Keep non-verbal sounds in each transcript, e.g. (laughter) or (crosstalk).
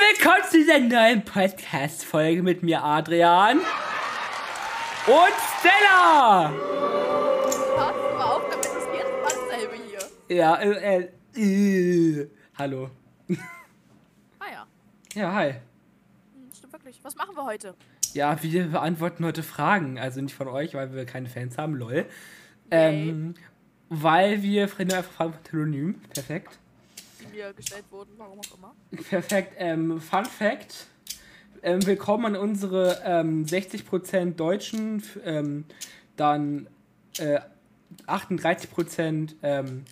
willkommen zu dieser neuen Podcast-Folge mit mir, Adrian. Und Stella! Pass mal auf, damit es jetzt alles dasselbe hier. Ja, äh, äh, äh, hallo. Ah ja, Ja, hi. Hm, stimmt wirklich. Was machen wir heute? Ja, wir beantworten heute Fragen. Also nicht von euch, weil wir keine Fans haben, lol. Ähm, weil wir Freunde einfach fragen von Telonym. Perfekt. Die mir gestellt wurden, warum auch immer. Perfekt. Ähm, Fun Fact. Ähm, willkommen an unsere ähm, 60% Deutschen, f- ähm, dann äh, 38% ähm,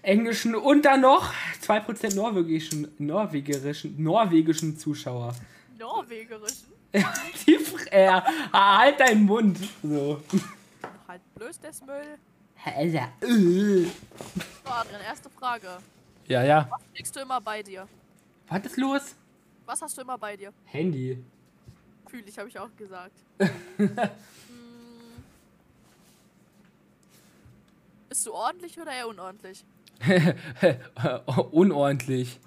Englischen und dann noch 2% norwegischen, norwegischen, norwegischen Zuschauer. Norwegerischen. Die Fr- äh, halt deinen Mund. So. Halt blöd, des Müll. Alter. äh. So, Adrian, erste Frage. Ja, ja. Was trägst du immer bei dir? Was ist los? Was hast du immer bei dir? Handy. Kühl, ich habe ich auch gesagt. Hm. Bist du ordentlich oder eher unordentlich? (laughs) Unordentlich.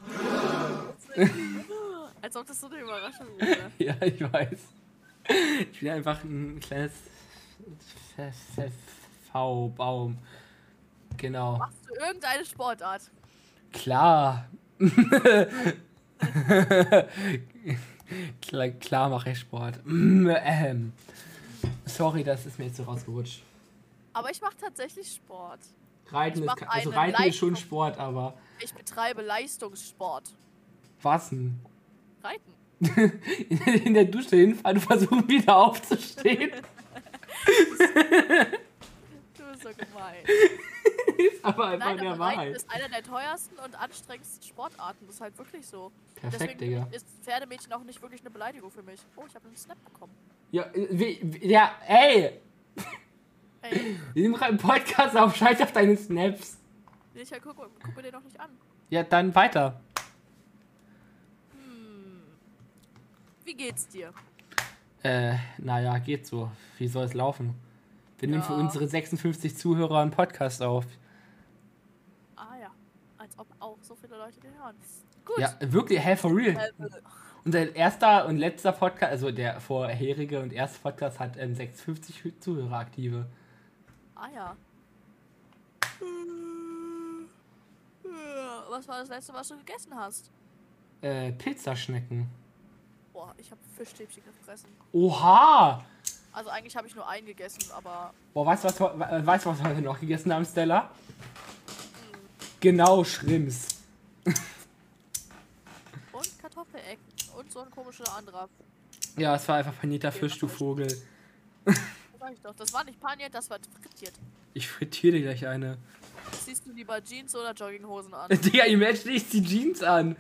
Als ob das so eine Überraschung wäre. Ja, ich weiß. Ich bin einfach ein kleines F- F- V-Baum. Genau. Machst du irgendeine Sportart? Klar. (laughs) klar klar mache ich Sport. Ähm. Sorry, das ist mir jetzt so rausgerutscht. Aber ich mache tatsächlich Sport. Reiten Ich ist, mach ke- also einen Reiten ist schon Leichtfuß- Sport, aber Ich betreibe Leistungssport. was denn? (laughs) Reiten. In der Dusche hinfallen und versuchen wieder aufzustehen. (laughs) Du bist so gemein. ist aber einfach Nein, der aber Reiten Wahrheit. ist einer der teuersten und anstrengendsten Sportarten. Das ist halt wirklich so. Perfekt, Deswegen Digga. ist Pferdemädchen auch nicht wirklich eine Beleidigung für mich. Oh, ich habe einen Snap bekommen. Ja, äh, wie, wie, ja, ey! Ey, (laughs) Wir nehmen gerade einen Podcast auf, scheiß auf deine Snaps. nee, ich guck, guck mir den noch nicht an. Ja, dann weiter. Wie geht's dir? Äh, naja, geht so. Wie soll es laufen? Wir nehmen für Ja. unsere 56 Zuhörer einen Podcast auf. Ah ja, als ob auch so viele Leute den hören. Gut. Ja, wirklich, hä, for real. Äh, Unser erster und letzter Podcast, also der vorherige und erste Podcast hat ähm, 56 Zuhörer aktive. ah ja. Was war das letzte, was du gegessen hast? Äh, Pizzaschnecken. Boah, ich habe Fischstäbchen gefressen. Oha! Also eigentlich habe ich nur einen gegessen, aber Boah, weißt du, was, wir- we- weißt, du, was wir heute noch gegessen haben, Stella? Genau, Schrimps. und Kartoffelecken und so ein komischer anderer. Ja, es war einfach panierter Fisch, du Vogel. Sag ich doch, das war nicht paniert, das war frittiert. Ich frittiere dir gleich eine. Siehst du lieber Jeans oder Jogginghosen an? (laughs) Digga, imagine ich zieh Jeans an.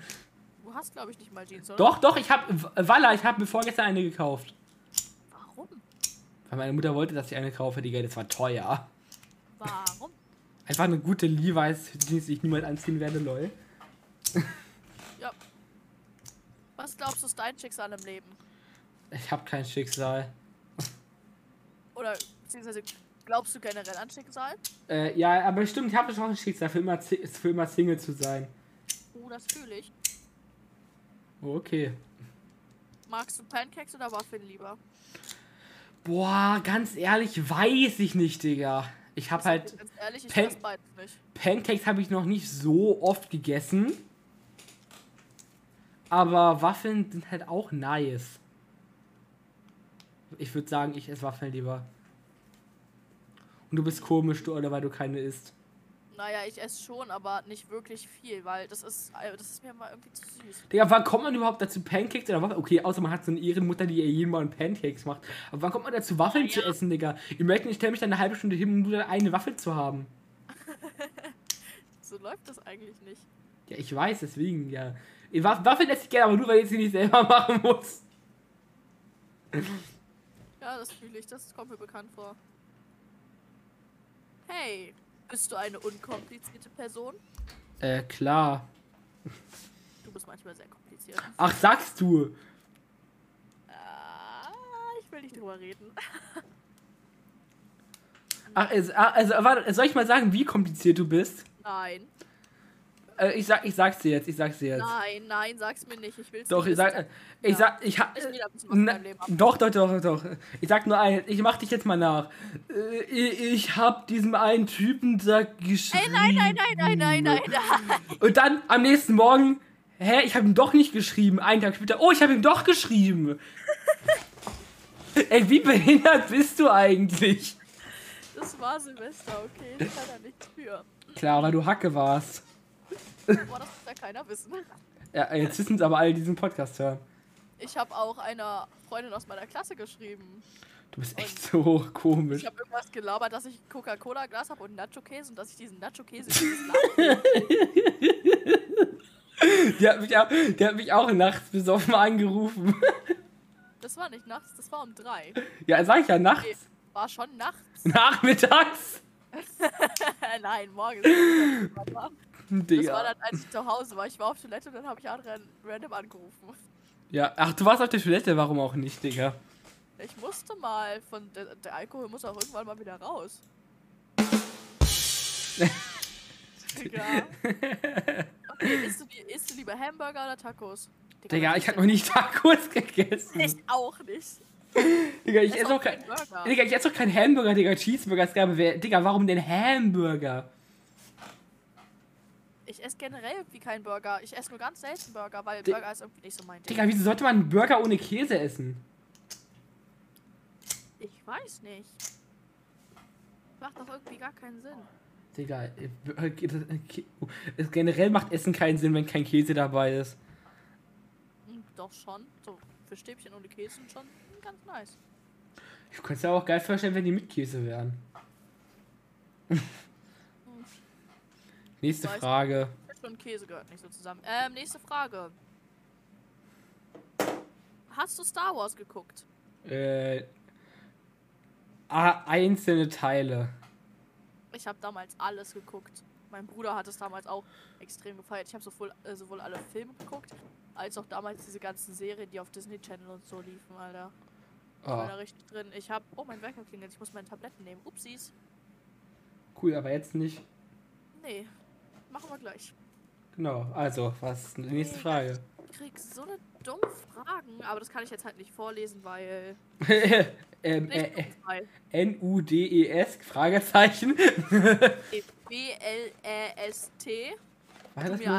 Du hast, glaube ich, nicht mal Jeans, oder? Doch, doch, ich hab. Walla, ich hab mir vorgestern eine gekauft. Warum? Weil meine Mutter wollte, dass ich eine kaufe, Digga, das war teuer. Warum? Einfach eine gute Levi's Jeans, die ich niemals anziehen werde, lol. Ja. Was glaubst du, ist dein Schicksal im Leben? Ich hab kein Schicksal. Oder, beziehungsweise, glaubst du generell an Schicksal? Äh, ja, aber stimmt, ich habe schon ein Schicksal, für immer, zi- für immer Single zu sein. Oh, das fühle ich. Oh, okay. Magst du Pancakes oder Waffeln lieber? Boah, ganz ehrlich, weiß ich nicht, Digga. Ich hab halt. Ganz ehrlich, ich Pan- weiß beides nicht. Pancakes habe ich noch nicht so oft gegessen. Aber Waffeln sind halt auch nice. Ich würde sagen, ich esse Waffeln lieber. Und du bist komisch, du, oder weil du keine isst. Naja, ich esse schon, aber nicht wirklich viel, weil das ist, äh, das ist mir mal irgendwie zu süß. Digga, wann kommt man überhaupt dazu, Pancakes oder Waffeln? Okay, außer man hat so eine Ehrenmutter, die ihr jeden Morgen Pancakes macht. Aber wann kommt man dazu, Waffeln zu essen, Digga? Imagine, ich stelle mich dann eine halbe Stunde hin, um nur dann eine Waffel zu haben. So läuft das eigentlich nicht. Ja, ich weiß, deswegen, ja. Waff- Waffeln esse ich gerne, aber nur, weil ich sie nicht selber (laughs) machen muss. Ja, das fühle ich, das kommt mir bekannt vor. Hey, bist du eine unkomplizierte Person? Äh, klar. Du bist manchmal sehr kompliziert. Ach, sagst du? Ah, ich will nicht drüber reden. ah, Ach, also, also warte, soll ich mal sagen, wie kompliziert du bist? Nein. Äh, ich, sag, ich sag's dir jetzt, ich sag's dir jetzt. Nein, nein, sag's mir nicht. Ich will's Doch, ich nicht sag, äh, wissen. ich Ja. sag, ich hab. Ich will da ein bisschen was in Na, meinem Leben ab. doch, doch, doch, doch. Ich sag nur eins, ich mach dich jetzt mal nach. Äh, Ich ich hab diesem einen Typen da geschrieben. Ey, nein, nein, nein, nein, nein, nein, nein. Und dann am nächsten Morgen, hä, ich habe ihm doch nicht geschrieben. Einen Tag später, oh, ich habe ihm doch geschrieben. (laughs) Ey, wie behindert bist du eigentlich? Das war Silvester, okay? Ich kann da nichts für. Klar, weil du Hacke warst. Boah, das muss ja keiner wissen. Ja, jetzt wissen es aber alle, die diesen Podcast hören. Ich habe auch einer Freundin aus meiner Klasse geschrieben. Du bist echt so komisch. Ich habe irgendwas gelabert, dass ich Coca-Cola-Glas habe und Nacho-Käse und dass ich diesen Nacho-Käse in dieses Land- Die hat mich, auch- die hat mich auch nachts besoffen angerufen. Das war nicht nachts, das war um drei. (laughs) Ja, sag ich ja, nachts. War (laughs) schon nachts. Äh, Nachmittags. Nein, morgens. Das war (laughs) Digga. dann, als ich zu Hause war. Ich war auf Toilette und dann habe ich Adrian random angerufen. Ja, ach, du warst auf der Toilette, warum auch nicht, Digga? Ich musste mal, von der, der Alkohol muss auch irgendwann mal wieder raus. Digga. (laughs) Okay, isst du, die- isst du lieber Hamburger oder Tacos? Digga, was ich ist hab noch nie (laughs) Tacos gegessen. denn- (laughs) Ich auch nicht. Digga, ich Ess esse doch auch kein. keinen Burger. Digga, ich esse doch keinen Hamburger, Digga. Cheeseburger ist geil. Wer- Digga, warum denn Hamburger? Ich esse generell irgendwie keinen Burger. Ich esse nur ganz selten Burger, weil Di- Burger ist irgendwie nicht so mein Ding. Digga, wieso sollte man einen Burger ohne Käse essen? Ich weiß nicht. Macht doch irgendwie gar keinen Sinn. Digga, äh, äh, äh, Kä- uh, es generell macht Essen keinen Sinn, wenn kein Käse dabei ist. Hm, doch schon. So für Stäbchen ohne Käse sind schon hm, ganz nice. Ich könnte es mir aber auch geil vorstellen, wenn die mit Käse (laughs) wären. Nächste Weiß- Frage. Fisch und Käse gehört nicht so zusammen. Ähm, nächste Frage. Hast du Star Wars geguckt? Äh, a- einzelne Teile. Ich habe damals alles geguckt. Mein Bruder hat es damals auch extrem gefeiert. Ich habe sowohl, äh, sowohl alle Filme geguckt, als auch damals diese ganzen Serien, die auf Disney Channel und so liefen, Alter. Ich Oh, bin da richtig drin. Ich habe. Oh, mein Wecker klingelt. Ich muss meine Tabletten nehmen. Upsis. cool, aber jetzt nicht. Nee. Machen wir gleich. Genau, also, was? Nächste Nee, Frage. Ich krieg so eine dumme Fragen, aber das kann ich jetzt halt nicht vorlesen, weil. ähm, Nicht äh, weil N-U-D-E-S? E (laughs) Fragezeichen. E B-L-E-S-T. Was, Tu das mir los?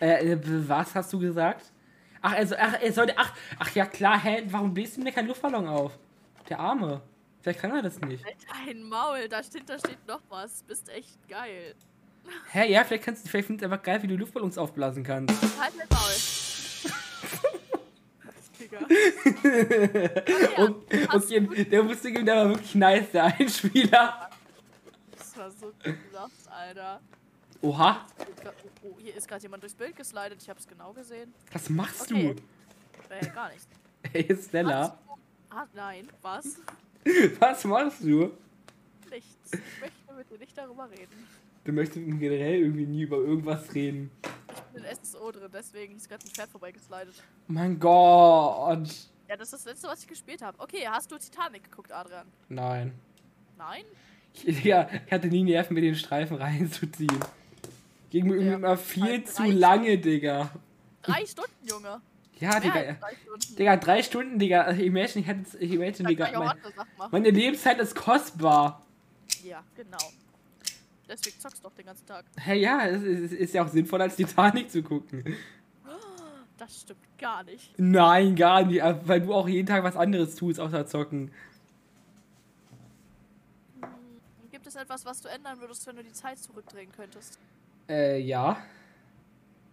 einen. äh, äh, was hast du gesagt? Ach, also, ach, er sollte, ach, ach ja klar, hä, warum bläst du mir keinen Luftballon auf? Der Arme. Vielleicht kann er das nicht. Halt ein Maul. Da steht, da steht noch was. Bist echt geil. Hä, ja, vielleicht kannst du, vielleicht findest du einfach geil, wie du Luftballons aufblasen kannst. (laughs) Halt mein Maul. (laughs) Digga. Ah Und, Ja, und hast du- geben, der musste geben, der war wirklich nice, der Einspieler. Das war so gesagt, Alter. Oha, Oh, hier ist gerade jemand durchs Bild geslidet. Ich hab's genau gesehen. was machst Okay. du? Äh, gar nicht. Hey, Stella, Ah, nein, was? was machst du? Nichts. Ich möchte mit dir nicht darüber reden. Du möchtest generell irgendwie nie über irgendwas reden. Ich bin in SSO drin, deswegen ist gerade ein Pferd vorbeigeslidet. Mein Gott. Ja, das ist das letzte, was ich gespielt habe. Okay, hast du Titanic geguckt, Adrian? Nein. Nein? Ich, Digga, ich hatte nie Nerven, mir den Streifen reinzuziehen. Ging mir irgendwie Ja, immer viel halt zu drei- lange, Digga. Drei Stunden, Junge. Ja, Mehr Digga. als drei Stunden. Digga, drei Stunden, Digga. Also, imagine, ich hätte ich imagine, Da kann ich Digga. auch Mein, andere Sachen machen. meine Lebenszeit ist kostbar. Ja, genau. Deswegen zockst du doch den ganzen Tag. Hey, ja, es ist, es ist ja auch sinnvoller, als Titanic zu gucken. Das stimmt gar nicht. Nein, gar nicht. aber Weil du auch jeden Tag was anderes tust, außer zocken. Gibt es etwas, was du ändern würdest, wenn du die Zeit zurückdrehen könntest? Äh, ja.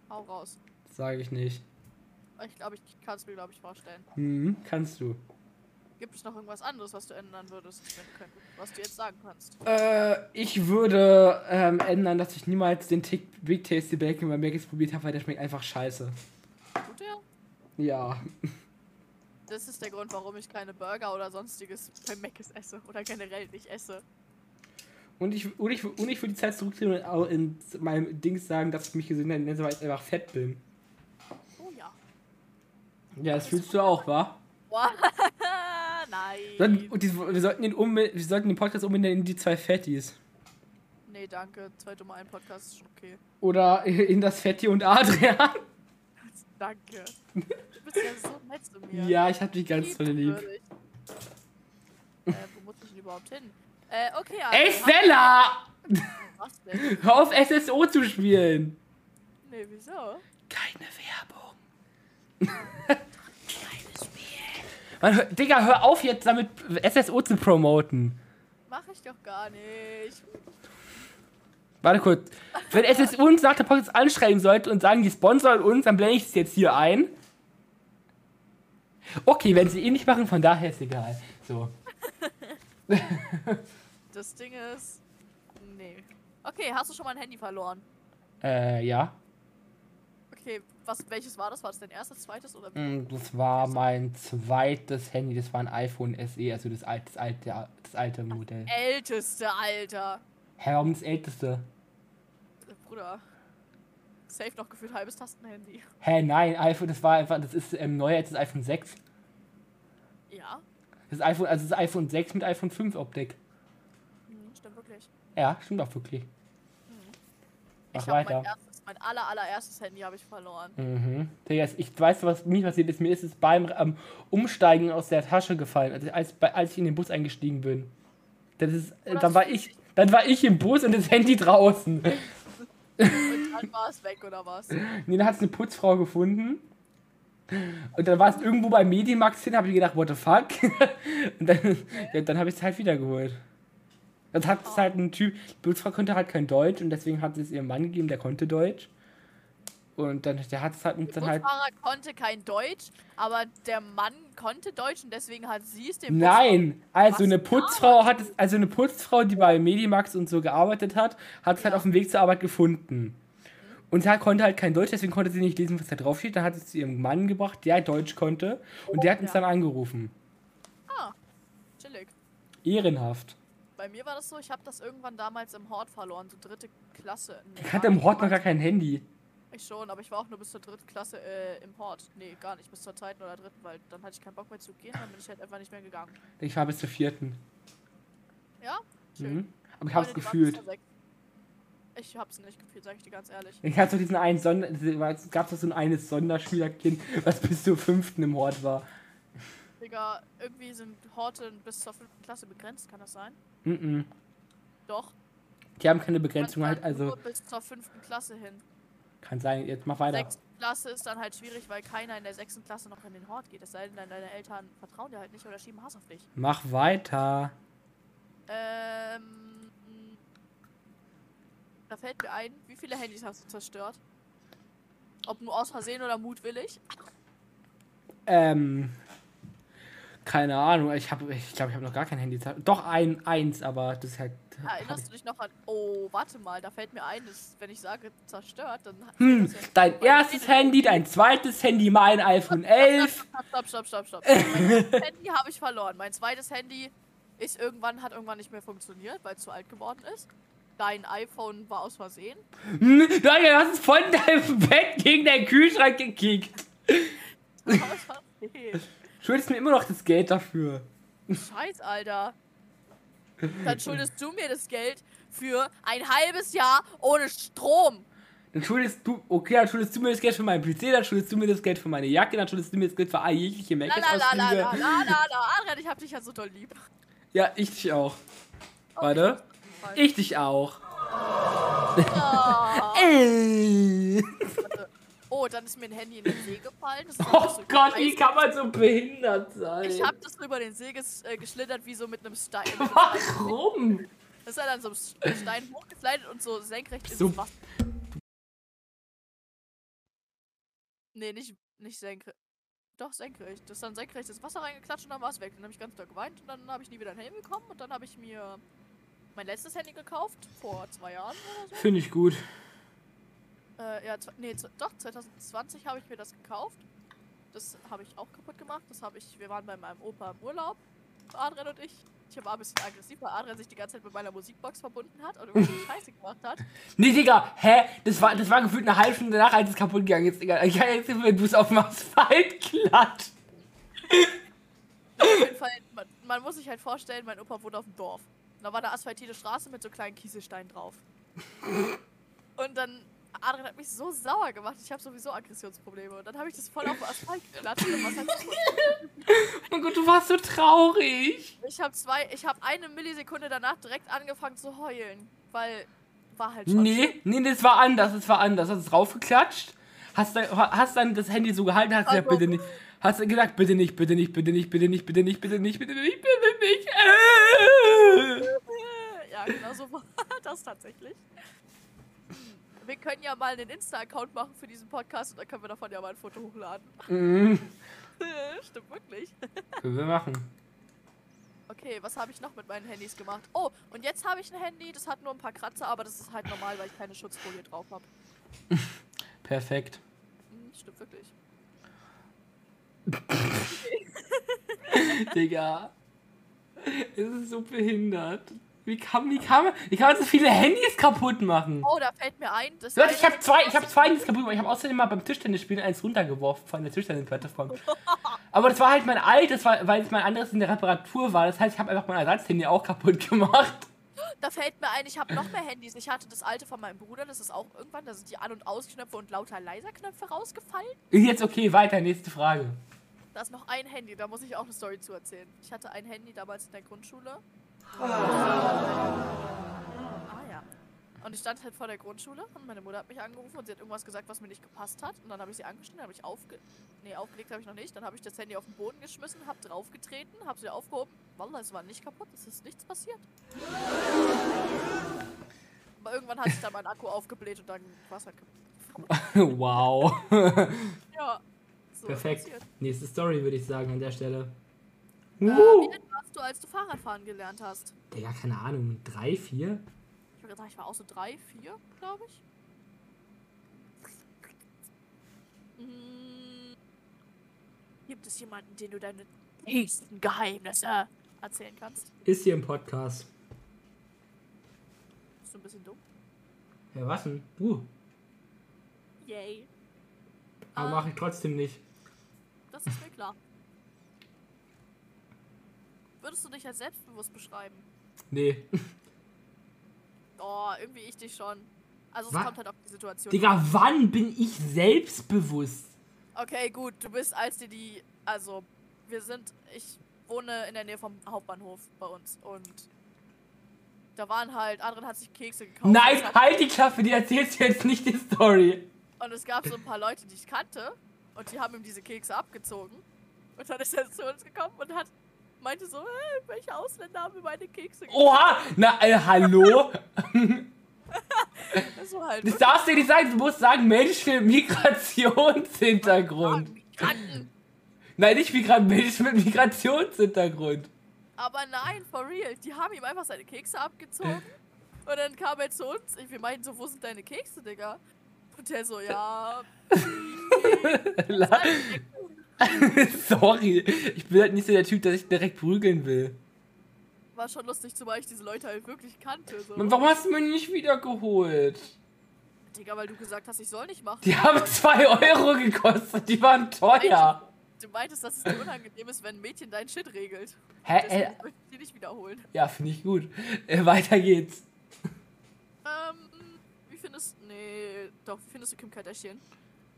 Hau raus. Sage ich nicht. Ich glaube, ich kann es mir, glaube ich, vorstellen. Hm, kannst du. Gibt es noch irgendwas anderes, was du ändern würdest, wenn du könntest, was du jetzt sagen kannst? Äh, ich würde ähm, ändern, dass ich niemals den Tick Big Tasty Bacon bei Maggis probiert habe, weil der schmeckt einfach scheiße. Tut er? Ja. Das ist der Grund, warum ich keine Burger oder sonstiges bei Mc's esse oder generell nicht esse. Und ich, und ich, und ich würde die Zeit zurückdrehen und auch in meinem Dings sagen, dass ich mich gesünder nenne, weil ich einfach fett bin. Oh ja. Ja, das fühlst du auch, wa? Boah, Wir sollten, (laughs) Nein. und die, wir, sollten den unbe- wir sollten den Podcast umbenennen in die zwei Fettis. nee, danke. Zweite Mal ein Podcast ist schon okay. Oder (laughs) in das Fetti und Adrian. (laughs) Danke. Du bist ja so nett zu mir. Ja, ich hab dich ganz toll lieb. Liebenswürdig. Äh, wo muss ich denn überhaupt hin? Äh, okay, also, Ey, hast- Stella! Was denn? Hör auf, SSO zu spielen. Nee, wieso? Keine Werbung. (laughs) Geiles Spiel. Man, hör, Digga, hör auf jetzt damit SSO zu promoten. Mach ich doch gar nicht. Warte kurz. Wenn SSO uns nach der Podcast anschreiben sollte und sagen, die sponsern uns, dann blende ich es jetzt hier ein. Okay, wenn sie eh nicht machen, von daher ist egal. So. Das Ding ist. Nee. Okay, hast du schon mal ein Handy verloren? Äh, ja. Okay, was, welches war das? War das dein erstes, zweites oder wie? Mm, Das war mein zweites Handy. Das war ein iPhone SE, also das alte, das alte, das alte Modell. Älteste, Alter. Herr, warum das älteste? Äh, Bruder. Safe noch gefühlt halbes Tastenhandy. Hä, nein, iPhone, das war einfach, das ist ähm, neuer als das iPhone 6. Ja? Das iPhone, also das iPhone 6 mit iPhone 5 Optik. Hm, stimmt wirklich. Ja, stimmt auch wirklich. Mach ich habe weiter. mein erstes, mein aller, allererstes Handy habe ich verloren. Mhm. Digga, ich weiß, was nicht passiert ist. Mir ist es beim ähm, Umsteigen aus der Tasche gefallen, als, als, bei- als ich in den Bus eingestiegen bin. Das ist, äh, dann war ich, dann war ich im Bus und das Handy draußen. Und dann war es weg, oder was? Nee, dann hat es eine Putzfrau gefunden. Und dann war es irgendwo bei Medimax hin, habe ich gedacht, what the fuck? (laughs) und dann, ja, dann habe ich es halt wiedergeholt. Das hat es halt ein Typ, die Putzfrau konnte halt kein Deutsch und deswegen hat sie es ihrem Mann gegeben, der konnte Deutsch. Und dann, der hat es halt uns Der dann halt. Busfahrer konnte kein Deutsch, aber der Mann konnte Deutsch und deswegen hat sie es dem Nein, also Was? eine Putzfrau hat es, also eine Putzfrau, die bei Medimax und so gearbeitet hat, hat es halt Ja. auf dem Weg zur Arbeit gefunden. Und sie hat- konnte halt kein Deutsch, deswegen konnte sie nicht lesen, was da drauf steht. Dann hat sie es zu ihrem Mann gebracht, der Deutsch konnte. Und der hat uns Ja. dann angerufen. Bus chillig. Ehrenhaft. Bei mir war das so, ich habe das irgendwann damals im Hort verloren, so dritte Klasse. Nee, Ich gar hatte im nicht. Hort noch gar kein Handy. Ich schon, aber ich war auch nur bis zur dritten Klasse äh, im Hort. Nee, gar nicht, bis zur zweiten oder dritten, weil dann hatte ich keinen Bock mehr zu gehen, dann bin ich halt einfach nicht mehr gegangen. Ich war bis zur vierten. Ja? Schön. Mhm. Aber ich hab's Heute, die waren gefühlt. bis zur sechsten. Ich hab's nicht gefühlt, sag ich dir ganz ehrlich. Ich hatte so diesen einen Sonder... Es gab so ein eines Sonderschülerkind, was bis zur fünften im Hort war. Digga, irgendwie sind Horte bis zur fünften Klasse begrenzt, kann das sein? Mhm. Doch. Die haben keine man Begrenzung kann halt, also... Nur bis zur fünften Klasse hin. Kann sein, jetzt mach weiter. Sechste Klasse ist dann halt schwierig, weil keiner in der sechsten Klasse noch in den Hort geht. Es sei denn, deine Eltern vertrauen dir halt nicht oder schieben Hass auf dich. Mach weiter. Ähm. Da fällt mir ein, wie viele Handys hast du zerstört? Ob nur aus Versehen oder mutwillig? Ähm. Keine Ahnung, ich habe, ich glaube, ich habe noch gar kein Handy. Doch ein, eins, aber das ist halt. Erinnerst du dich noch an. Oh, warte mal, da fällt mir ein, dass, wenn ich sage zerstört, dann. Hm, das ja- dein erstes Handy, dein zweites Handy, mein iPhone (laughs) 11. Stopp, stopp, stopp, stopp. Mein erstes Handy habe ich verloren. Mein zweites Handy ist irgendwann, hat irgendwann nicht mehr funktioniert, weil es zu alt geworden ist. Dein iPhone war aus Versehen. Hm, Leute, du hast es von deinem Bett gegen deinen Kühlschrank gekickt. Aus Versehen. Schuldest mir immer noch das Geld dafür. Scheiß, Alter. Dann schuldest du mir das Geld für ein halbes Jahr ohne Strom. Dann schuldest du, okay, dann schuldest du mir das Geld für meinen PC, dann schuldest du mir das Geld für meine Jacke, dann schuldest du mir das Geld für all jegliche La la la la la la Make-up-Ausflüge. la la. Adrian, ich hab dich ja so doll lieb. Ja, ich dich auch. Okay. Warte. Ich dich auch. Oh, Ey. oh, dann ist mir ein Handy in den See gefallen. Das ist alles Oh so Gott, wie scheiße. kann man so behindert sein? Ich hab das so über den See ges äh, geschlittert, wie so mit einem Stein. Warum? Das ist halt dann so ein Stein hochgekleidet und so senkrecht So- ins Wasser. Nee, nicht, nicht senkrecht. Doch, senkrecht. Das ist dann senkrecht ins Wasser reingeklatscht und dann war es weg. Dann habe ich ganz doll geweint und dann habe ich nie wieder einen Helm bekommen und dann habe ich mir mein letztes Handy gekauft, vor zwei Jahren. Finde ich gut. Äh, ja, zw- nee, zw- doch, 2020 habe ich mir das gekauft. Das habe ich auch kaputt gemacht. Das habe ich, wir waren bei meinem Opa im Urlaub, Adrian und ich. Ich war ein bisschen aggressiv, weil Adrian sich die ganze Zeit mit meiner Musikbox verbunden hat und irgendwie Scheiße gemacht hat. Nee, Digga, hä? Das war, das war gefühlt eine halbe Stunde nach, als es kaputt gegangen ist, Digga. Ich kann jetzt nicht mehr Bus auf dem Asphalt glatt. Auf jeden Fall, man, man muss sich halt vorstellen, mein Opa wohnt auf dem Dorf. Da war eine asphaltierte Straße mit so kleinen Kieselsteinen drauf. und dann, Adrian hat mich so sauer gemacht, ich habe sowieso Aggressionsprobleme. Und dann habe ich das voll auf den Asphalt geklatscht. Und was halt Oh Mein Gott, du warst so traurig. ich habe zwei, ich habe eine Millisekunde danach direkt angefangen zu heulen, weil war halt schon. Nee, nee, das war anders, das war anders. Hast du draufgeklatscht? Hast, dann- hast dann das Handy so gehalten, hast gesagt, Also- bitte nicht. Hast du gesagt, bitte nicht, bitte nicht, bitte nicht, bitte nicht, bitte nicht, bitte nicht, bitte nicht, bitte nicht. Äh. (laughs) Ja, genau so war (laughs) das tatsächlich. Wir können ja mal einen Insta-Account machen für diesen Podcast und dann können wir davon ja mal ein Foto hochladen. (laughs) Mhm. Stimmt wirklich. Können wir machen. Okay, was habe ich noch mit meinen Handys gemacht? Oh, und jetzt habe ich ein Handy, das hat nur ein paar Kratzer, aber das ist halt normal, weil ich keine Schutzfolie drauf habe. Perfekt. Hm, stimmt wirklich. Digga. Es ist so behindert. Wie kann, wie kann man, wie kann man so viele Handys kaputt machen? Oh, da fällt mir ein, das Leute, ich habe zwei, ich habe zwei Handys kaputt gemacht. Ich habe außerdem mal beim Tischtennisspielen eins runtergeworfen von der Tischtennisplattform. Aber das war halt mein altes, weil weil es mein anderes in der Reparatur war. Das heißt, ich habe einfach mein Ersatzhandy auch kaputt gemacht. da fällt mir ein, ich habe noch mehr Handys. Ich hatte das alte von meinem Bruder, das ist auch irgendwann, da sind die An- und Ausknöpfe und lauter Leiserknöpfe rausgefallen. Ist jetzt okay, weiter, nächste Frage. (laughs) Da ist noch ein Handy, da muss ich auch eine Story zu erzählen. Ich hatte ein Handy damals in der Grundschule. Ah ja. Und ich stand halt vor der Grundschule und meine Mutter hat mich angerufen und sie hat irgendwas gesagt, was mir nicht gepasst hat. Und dann habe ich sie angeschnitten, habe ich aufge... Nee, aufgelegt habe ich noch nicht. Dann habe ich das Handy auf den Boden geschmissen, habe draufgetreten, habe sie aufgehoben. Wallah, es war nicht kaputt, es ist nichts passiert. Aber irgendwann hat sich dann mein Akku aufgebläht und dann war es halt kaputt. wow. Ja, so ist Perfekt. passiert. Nächste Story würde ich sagen an der Stelle. Äh, wie Uh. alt warst du, als du Fahrradfahren gelernt hast? Digga, keine Ahnung, drei, vier? Ich würde sagen, ich war auch so drei, vier, glaube ich. Mm. Gibt es jemanden, den du deine tiefsten Geheimnisse erzählen kannst? Ist hier im Podcast. Bist du ein bisschen dumm? Ja, was denn? Uh, Yay. aber Ah. mache ich trotzdem nicht. Das ist mir klar. Würdest du dich als selbstbewusst beschreiben? Nee. Oh, irgendwie ich dich schon. Also es Wa- kommt halt auf die Situation. Digga, wann bin ich selbstbewusst? Okay, gut, du bist als die, die. Also, wir sind. Ich wohne in der Nähe vom Hauptbahnhof bei uns und. Da waren halt. Adrian hat sich Kekse gekauft. Nein, Es hat- halt die Klappe, die erzählst du jetzt nicht die Story. Und es gab so ein paar Leute, die ich kannte und die haben ihm diese Kekse abgezogen. Und dann ist er zu uns gekommen und hat. meinte so: hey, welche Ausländer haben mir meine Kekse gekauft? Oha, na, äh, hallo? Das war halt. Das darfst du nicht sagen, du musst sagen, Menschen mit Ah. Migrationshintergrund. Migranten. Nein, nicht Migrant, Menschen mit Migrationshintergrund. (laughs) Aber nein, for real. Die haben ihm einfach seine Kekse abgezogen. Äh. Und dann kam er zu uns. Ich- Wir meinten so, wo sind deine Kekse, Digga? Und der so, ja. La- Sorry, ich bin halt nicht so der Typ, dass ich direkt prügeln will. War schon lustig, zumal ich diese Leute halt wirklich kannte. So. Und warum hast du mir nicht wiedergeholt? Digga, weil du gesagt hast, ich soll nicht machen. Die haben 2 Euro gekostet, die waren teuer. Du meintest, dass es dir unangenehm ist, wenn ein Mädchen dein Shit regelt. Hä? Äh, Deswegen möchte ich dir nicht wiederholen. ja, finde ich gut. Äh, weiter geht's. Ähm, wie findest Nee, doch, wie findest du Kim Kardashian?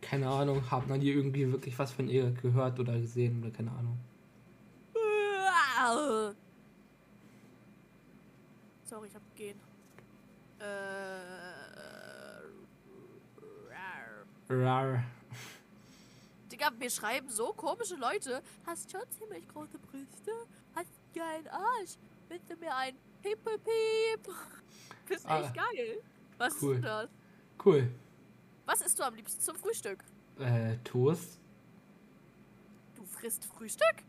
Keine Ahnung, haben man hier irgendwie wirklich was von ihr gehört oder gesehen oder keine Ahnung. Sorry, ich hab gehen. Äh. Rar. Digga, wir schreiben so komische Leute. Hast schon ziemlich große Brüste? Hast geilen Arsch? Bitte mir ein Piep, piep, (laughs) piep. Bist Ah. echt geil. Was Cool. ist denn das? Cool. Was isst du am liebsten zum Frühstück? Äh, Toast? Du frisst Frühstück?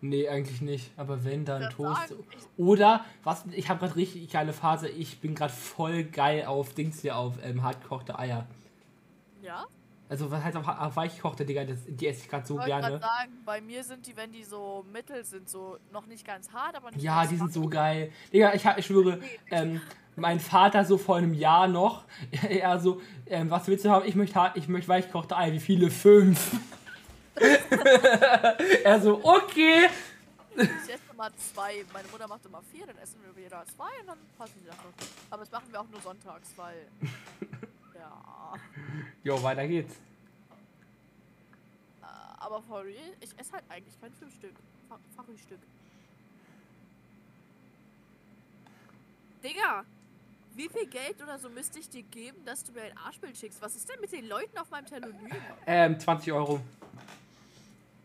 Nee, eigentlich nicht. Aber wenn, dann Das Toast. sagen- ich- Oder, was, ich habe gerade richtig geile Phase. Ich bin gerade voll geil auf Dings hier, auf ähm, hartgekochte Eier. Ja? Also, was heißt auf, auf weichgekochte, Digga? Das, die esse ich gerade so Wollte gerade gerne. sagen, bei mir sind die, wenn die so mittel sind, so noch nicht ganz hart, aber nicht Ja, ganz die sind so fluffig. geil. Digga, ich, hab, ich schwöre, ähm, mein Vater so vor einem Jahr noch, (laughs) er so, ähm, was willst du haben? Ich möchte, hart- ich möchte weichgekochte Ei. Wie viele? Fünf. (laughs) er so, okay. Ich esse mal immer zwei. Meine Mutter macht immer vier, dann essen wir jeder zwei und dann passt die Sache. Aber das machen wir auch nur sonntags, (laughs) weil. ja. Jo, weiter geht's. Äh, Aber for real, ich esse halt eigentlich kein Frühstück. Fa- Frühstück. Digga, wie viel Geld oder so müsste ich dir geben, dass du mir ein Arschbild schickst? Was ist denn mit den Leuten auf meinem Telonym? Ähm, 20 Euro.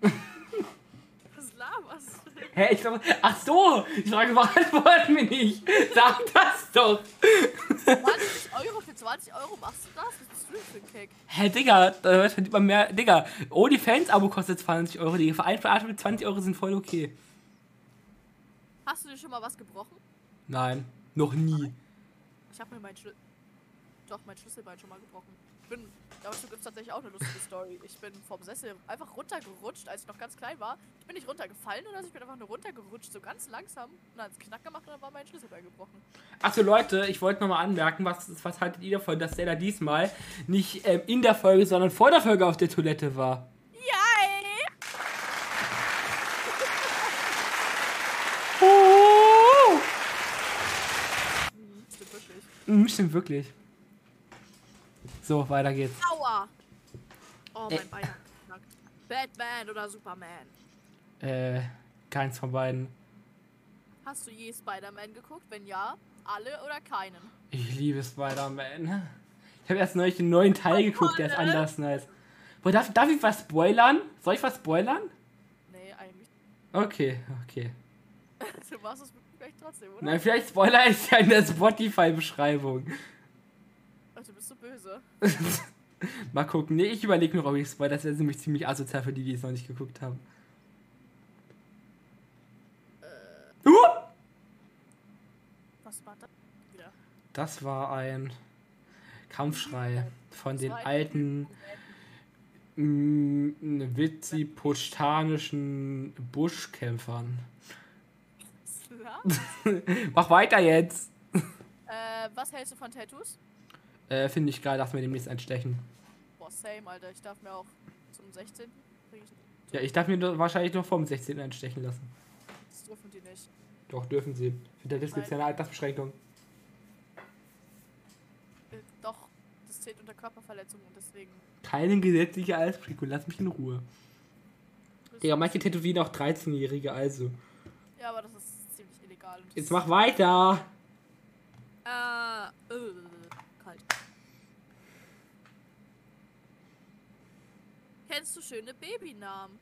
Was laberst du? (laughs) Hä, ich glaube. Ach so! Die Frage (laughs) beantworten wir nicht! Sag das doch! 20 Euro für 20 Euro machst du das? Was bist du denn für ein Keck? Hä, Digga, da verdient man mehr. Digga, OnlyFans-Abo kostet 20 Euro. Die Verein für Arschbild 20 Euro sind voll okay. Hast du dir schon mal was gebrochen? Nein, noch nie. Ich habe mir meinen Schlüssel. Doch, mein Schlüsselbein schon mal gebrochen. Ich bin. Dazu gibt es tatsächlich auch eine lustige Story. Ich bin vom Sessel einfach runtergerutscht, als ich noch ganz klein war. Ich bin nicht runtergefallen oder so, ich bin einfach nur runtergerutscht, so ganz langsam. Und dann hat es knack gemacht und dann war mein Schlüsselbein gebrochen. Achso, Leute, ich wollte nochmal anmerken, was, was haltet ihr davon, dass Stella diesmal nicht ähm, in der Folge, sondern vor der Folge auf der Toilette war? Yay! Oh! Hm, stimmt wirklich. Mhm, stimmt wirklich. So, weiter geht's. Aua! Oh, Äh. mein Bein hat geknackt. Batman oder Superman? Äh, keins von beiden. Hast du je Spider-Man geguckt? Wenn ja, alle oder keinen? Ich liebe Spider-Man. Ich habe erst neulich den neuen Teil geguckt, der ist anders nice. Boah, darf, darf ich was spoilern? Soll ich was spoilern? Nee, eigentlich. (laughs) nicht. Okay, okay. Du machst es vielleicht trotzdem, oder? Nein, vielleicht Spoiler ist ja in der Spotify-Beschreibung. Ach, du Also, bist so böse. Mal gucken. Nee, ich überlege noch, ob ich Spoiler. Das wäre nämlich ziemlich asozial für die, die es noch nicht geguckt haben. Uh! Was war das wieder? Das war ein Kampfschrei von den war ein- alten mm, witzi-puschtanischen Buschkämpfern. Sla? Mach weiter jetzt! äh, was hältst du von Tattoos? Äh, Finde ich geil, darf mir demnächst einstechen. Boah, same, Alter. Ich darf mir auch zum 16. krieg ich- Ja, ich darf mir nur- wahrscheinlich noch vom 16. einstechen lassen. Das dürfen die nicht. Doch, dürfen sie. Für der gibt es ja eine Altersbeschränkung. Äh, doch, das zählt unter Körperverletzung und deswegen. Keine gesetzliche Altersbeschränkung, lass mich in Ruhe. Digga, manche tätowieren auch 13-Jährige, also. Ja, aber das ist ziemlich illegal. Und das Jetzt mach weiter! (laughs) Äh, äh, kalt. Kennst du schöne (laughs) Babynamen?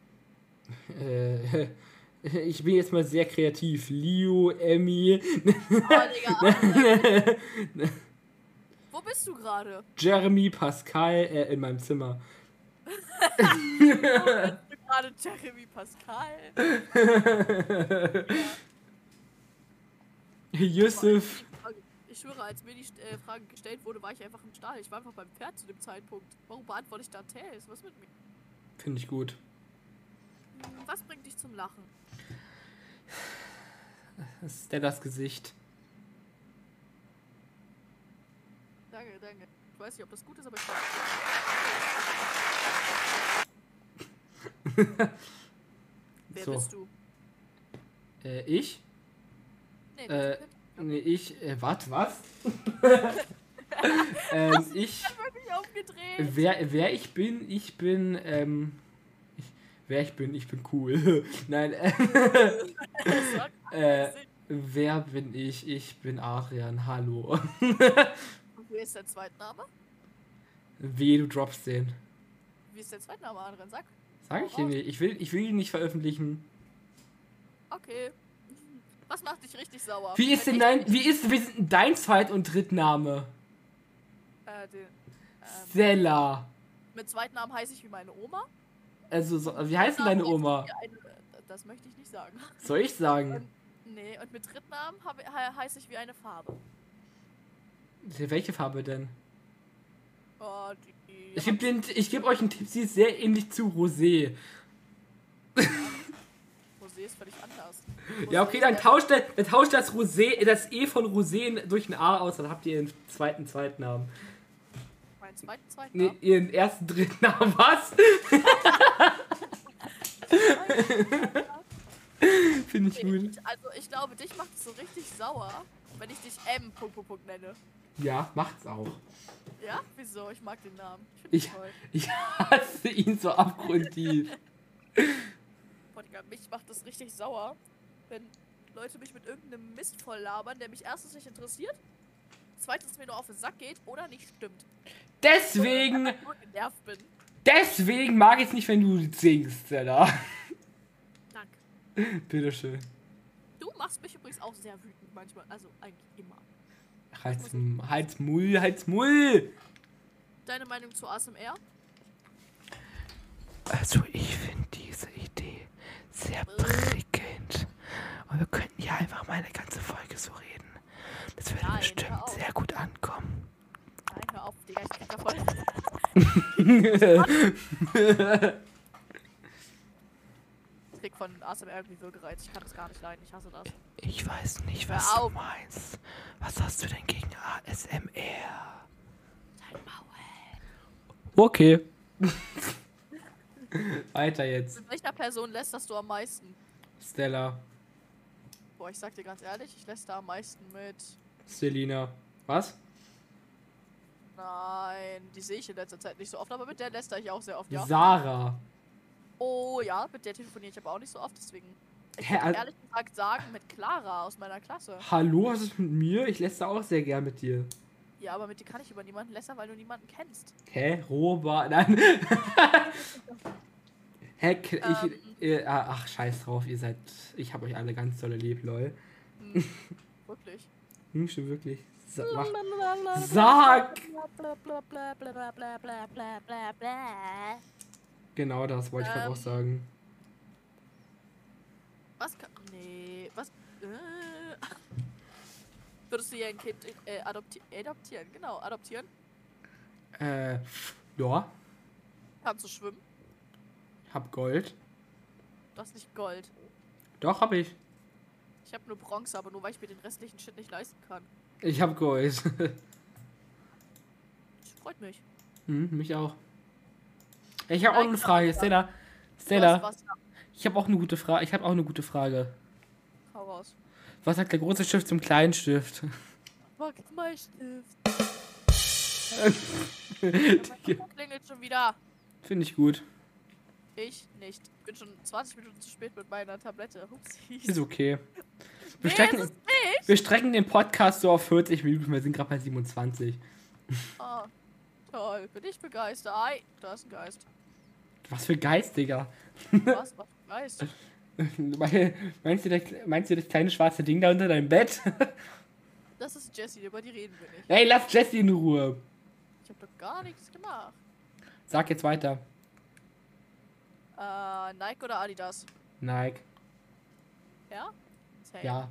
Äh, ich bin jetzt mal sehr kreativ. Leo, Emmy, Oh, Digga. (laughs) Alter. Wo bist du gerade? Jeremy, Pascal, äh, in meinem Zimmer. (laughs) Ich bin gerade Jeremy Pascal. Yusuf. Ich schwöre, als mir die äh, Frage gestellt wurde, war ich einfach im Stall. Ich war einfach beim Pferd zu dem Zeitpunkt. Warum beantworte ich da Tails? Was mit mir? Finde ich gut. Hm, Was bringt dich zum Lachen? Das ist Stellas Gesicht. Danke, danke. Ich weiß nicht, ob das gut ist, aber ich weiß. Wer So. bist du? Äh, ich? Nee, Äh, das ist nee, ich. Äh, wat, was? (laughs) ähm, ich. wirklich aufgedreht. (laughs) Wer, wer ich bin, ich bin. Ähm, (laughs) ich, wer ich bin, ich bin cool. (laughs) Nein, äh, Das war äh, wer bin ich? Ich bin Adrian. Hallo. (laughs) Und Wie ist dein Zweitname? Weh, du droppst den. Wie ist dein Zweitname, Adrian? Sag. Sag ich dir nicht. Ich will, ich will ihn nicht veröffentlichen. Okay. Was macht dich richtig sauer? Wie ist Wenn denn dein, wie ist, wie ist denn dein Zweit- und Drittname? ich- Äh, den, ähm, Stella. mit Zweitnamen heiße ich wie meine Oma. Also, so, wie heißt denn deine Oma? Ja, eine, äh, das möchte ich nicht sagen. (laughs) Soll ich sagen? Nee, und mit Drittnamen habe- he heiße ich wie eine Farbe. Welche Farbe denn? Oh, die. Ich gebe geb euch einen Tipp, sie ist sehr ähnlich zu Rosé. Rosé ist völlig anders. (laughs) Ja, Rosé okay, dann ist- tauscht, das- dann tauscht das Rosé, das E von Rosé in- durch ein A aus, dann habt ihr ihren zweiten Zweitnamen. Mein zweiten, zweiten Nee, ihren ersten (laughs) Drittnamen, was? Namen. Finde ich Okay, gut. ich, also ich glaube, dich macht es so richtig sauer, wenn ich dich M. Punkt, Punkt, Punkt nenne. Ja, macht's auch. Ja? Wieso? Ich mag den Namen. Ich finde ihn Ich- Ich toll. hasse ihn so abgrundtief. Boah, Digga, mich macht das richtig sauer, wenn Leute mich mit irgendeinem Mist voll labern, der mich erstens nicht interessiert, zweitens mir nur auf den Sack geht oder nicht stimmt. Deswegen, Ich nur genervt bin. deswegen mag ich es nicht, wenn du singst, Stella. Danke. Bitteschön. Du machst mich übrigens auch sehr wütend manchmal. Also eigentlich immer. Halt's, halt's Mull, halt's Mull. Deine Meinung zu ASMR? Also ich finde diese Idee sehr prickelnd. Und wir könnten ja einfach mal eine ganze Folge so reden. Das würde Nein, hör bestimmt auf. sehr gut ankommen. Nein, hör auf, Digga, ich krieg davon. Ich krieg von ASMR irgendwie Würgereiz. Ich kann das gar nicht leiden. Ich hasse das. Ich weiß nicht, Hör was du auf. meinst. Was hast du denn gegen ASMR? Dein Maul. Okay. (laughs) Weiter jetzt, Mit welcher Person lästerst du am meisten? Stella, Boah, ich sag dir ganz ehrlich, ich läster am meisten mit. Selina. Was? Nein, die sehe ich in letzter Zeit nicht so oft, aber mit der läster ich auch sehr oft, ja. Sarah. Oh ja, mit der telefoniere ich aber auch nicht so oft, deswegen. Ich Hä, würde also- ehrlich gesagt sagen, mit Clara aus meiner Klasse. Hallo, was ist mit mir? Ich lässt auch sehr gern mit dir. Ja, aber mit dir kann ich über niemanden lästern, weil du niemanden kennst. Hä? Robert? Nein. (laughs) Hä? k- Ich, Ähm. äh, ach, scheiß drauf, ihr seid. Ich hab euch alle ganz tolle lieb, lol. Hm, wirklich. Hm, stimmt wirklich. Sa mach, sag! Genau das wollte ich gerade auch Ähm. sagen. Was kann. Nee, was. Äh, (laughs) würdest du hier ein Kind äh, adopti adoptieren? Genau, adoptieren. Äh, ja, Kannst du schwimmen? hab Gold. Du hast nicht Gold. Doch, hab ich. Ich habe nur Bronze, aber nur weil ich mir den restlichen Shit nicht leisten kann. Ich hab Gold. (laughs) Das freut mich. hm, mich auch. Ich habe auch Nein, eine ich hab Frage, Wasser. Stella. Du Stella, hast Wasser. ich habe auch eine gute Frage. Ich habe auch eine gute Frage. Hau raus. Was sagt der große Stift zum kleinen Stift? (laughs) Wachs mein Stift. Finde Mein klingelt schon wieder. ich gut. Ich nicht. Bin schon 20 Minuten zu spät mit meiner Tablette. Hupsi. Ist okay. Nee, Wir es strecken, ist wir strecken den Podcast so auf 40 Minuten. Wir sind gerade bei 27. Ah, toll. Bin ich begeistert. Ei, da ist (laughs) ein Geist. Was für Geist, Digga. (laughs) Was? Was für ein Geist? Meinst du, das, meinst du das kleine schwarze Ding da unter deinem Bett? (laughs) Das ist Jessie, über die reden wir nicht. Ey, lass Jesse in Ruhe. Ich habe doch gar nichts gemacht. Sag jetzt weiter. Äh, Nike oder Adidas? Nike. Ja? Safe. Ja.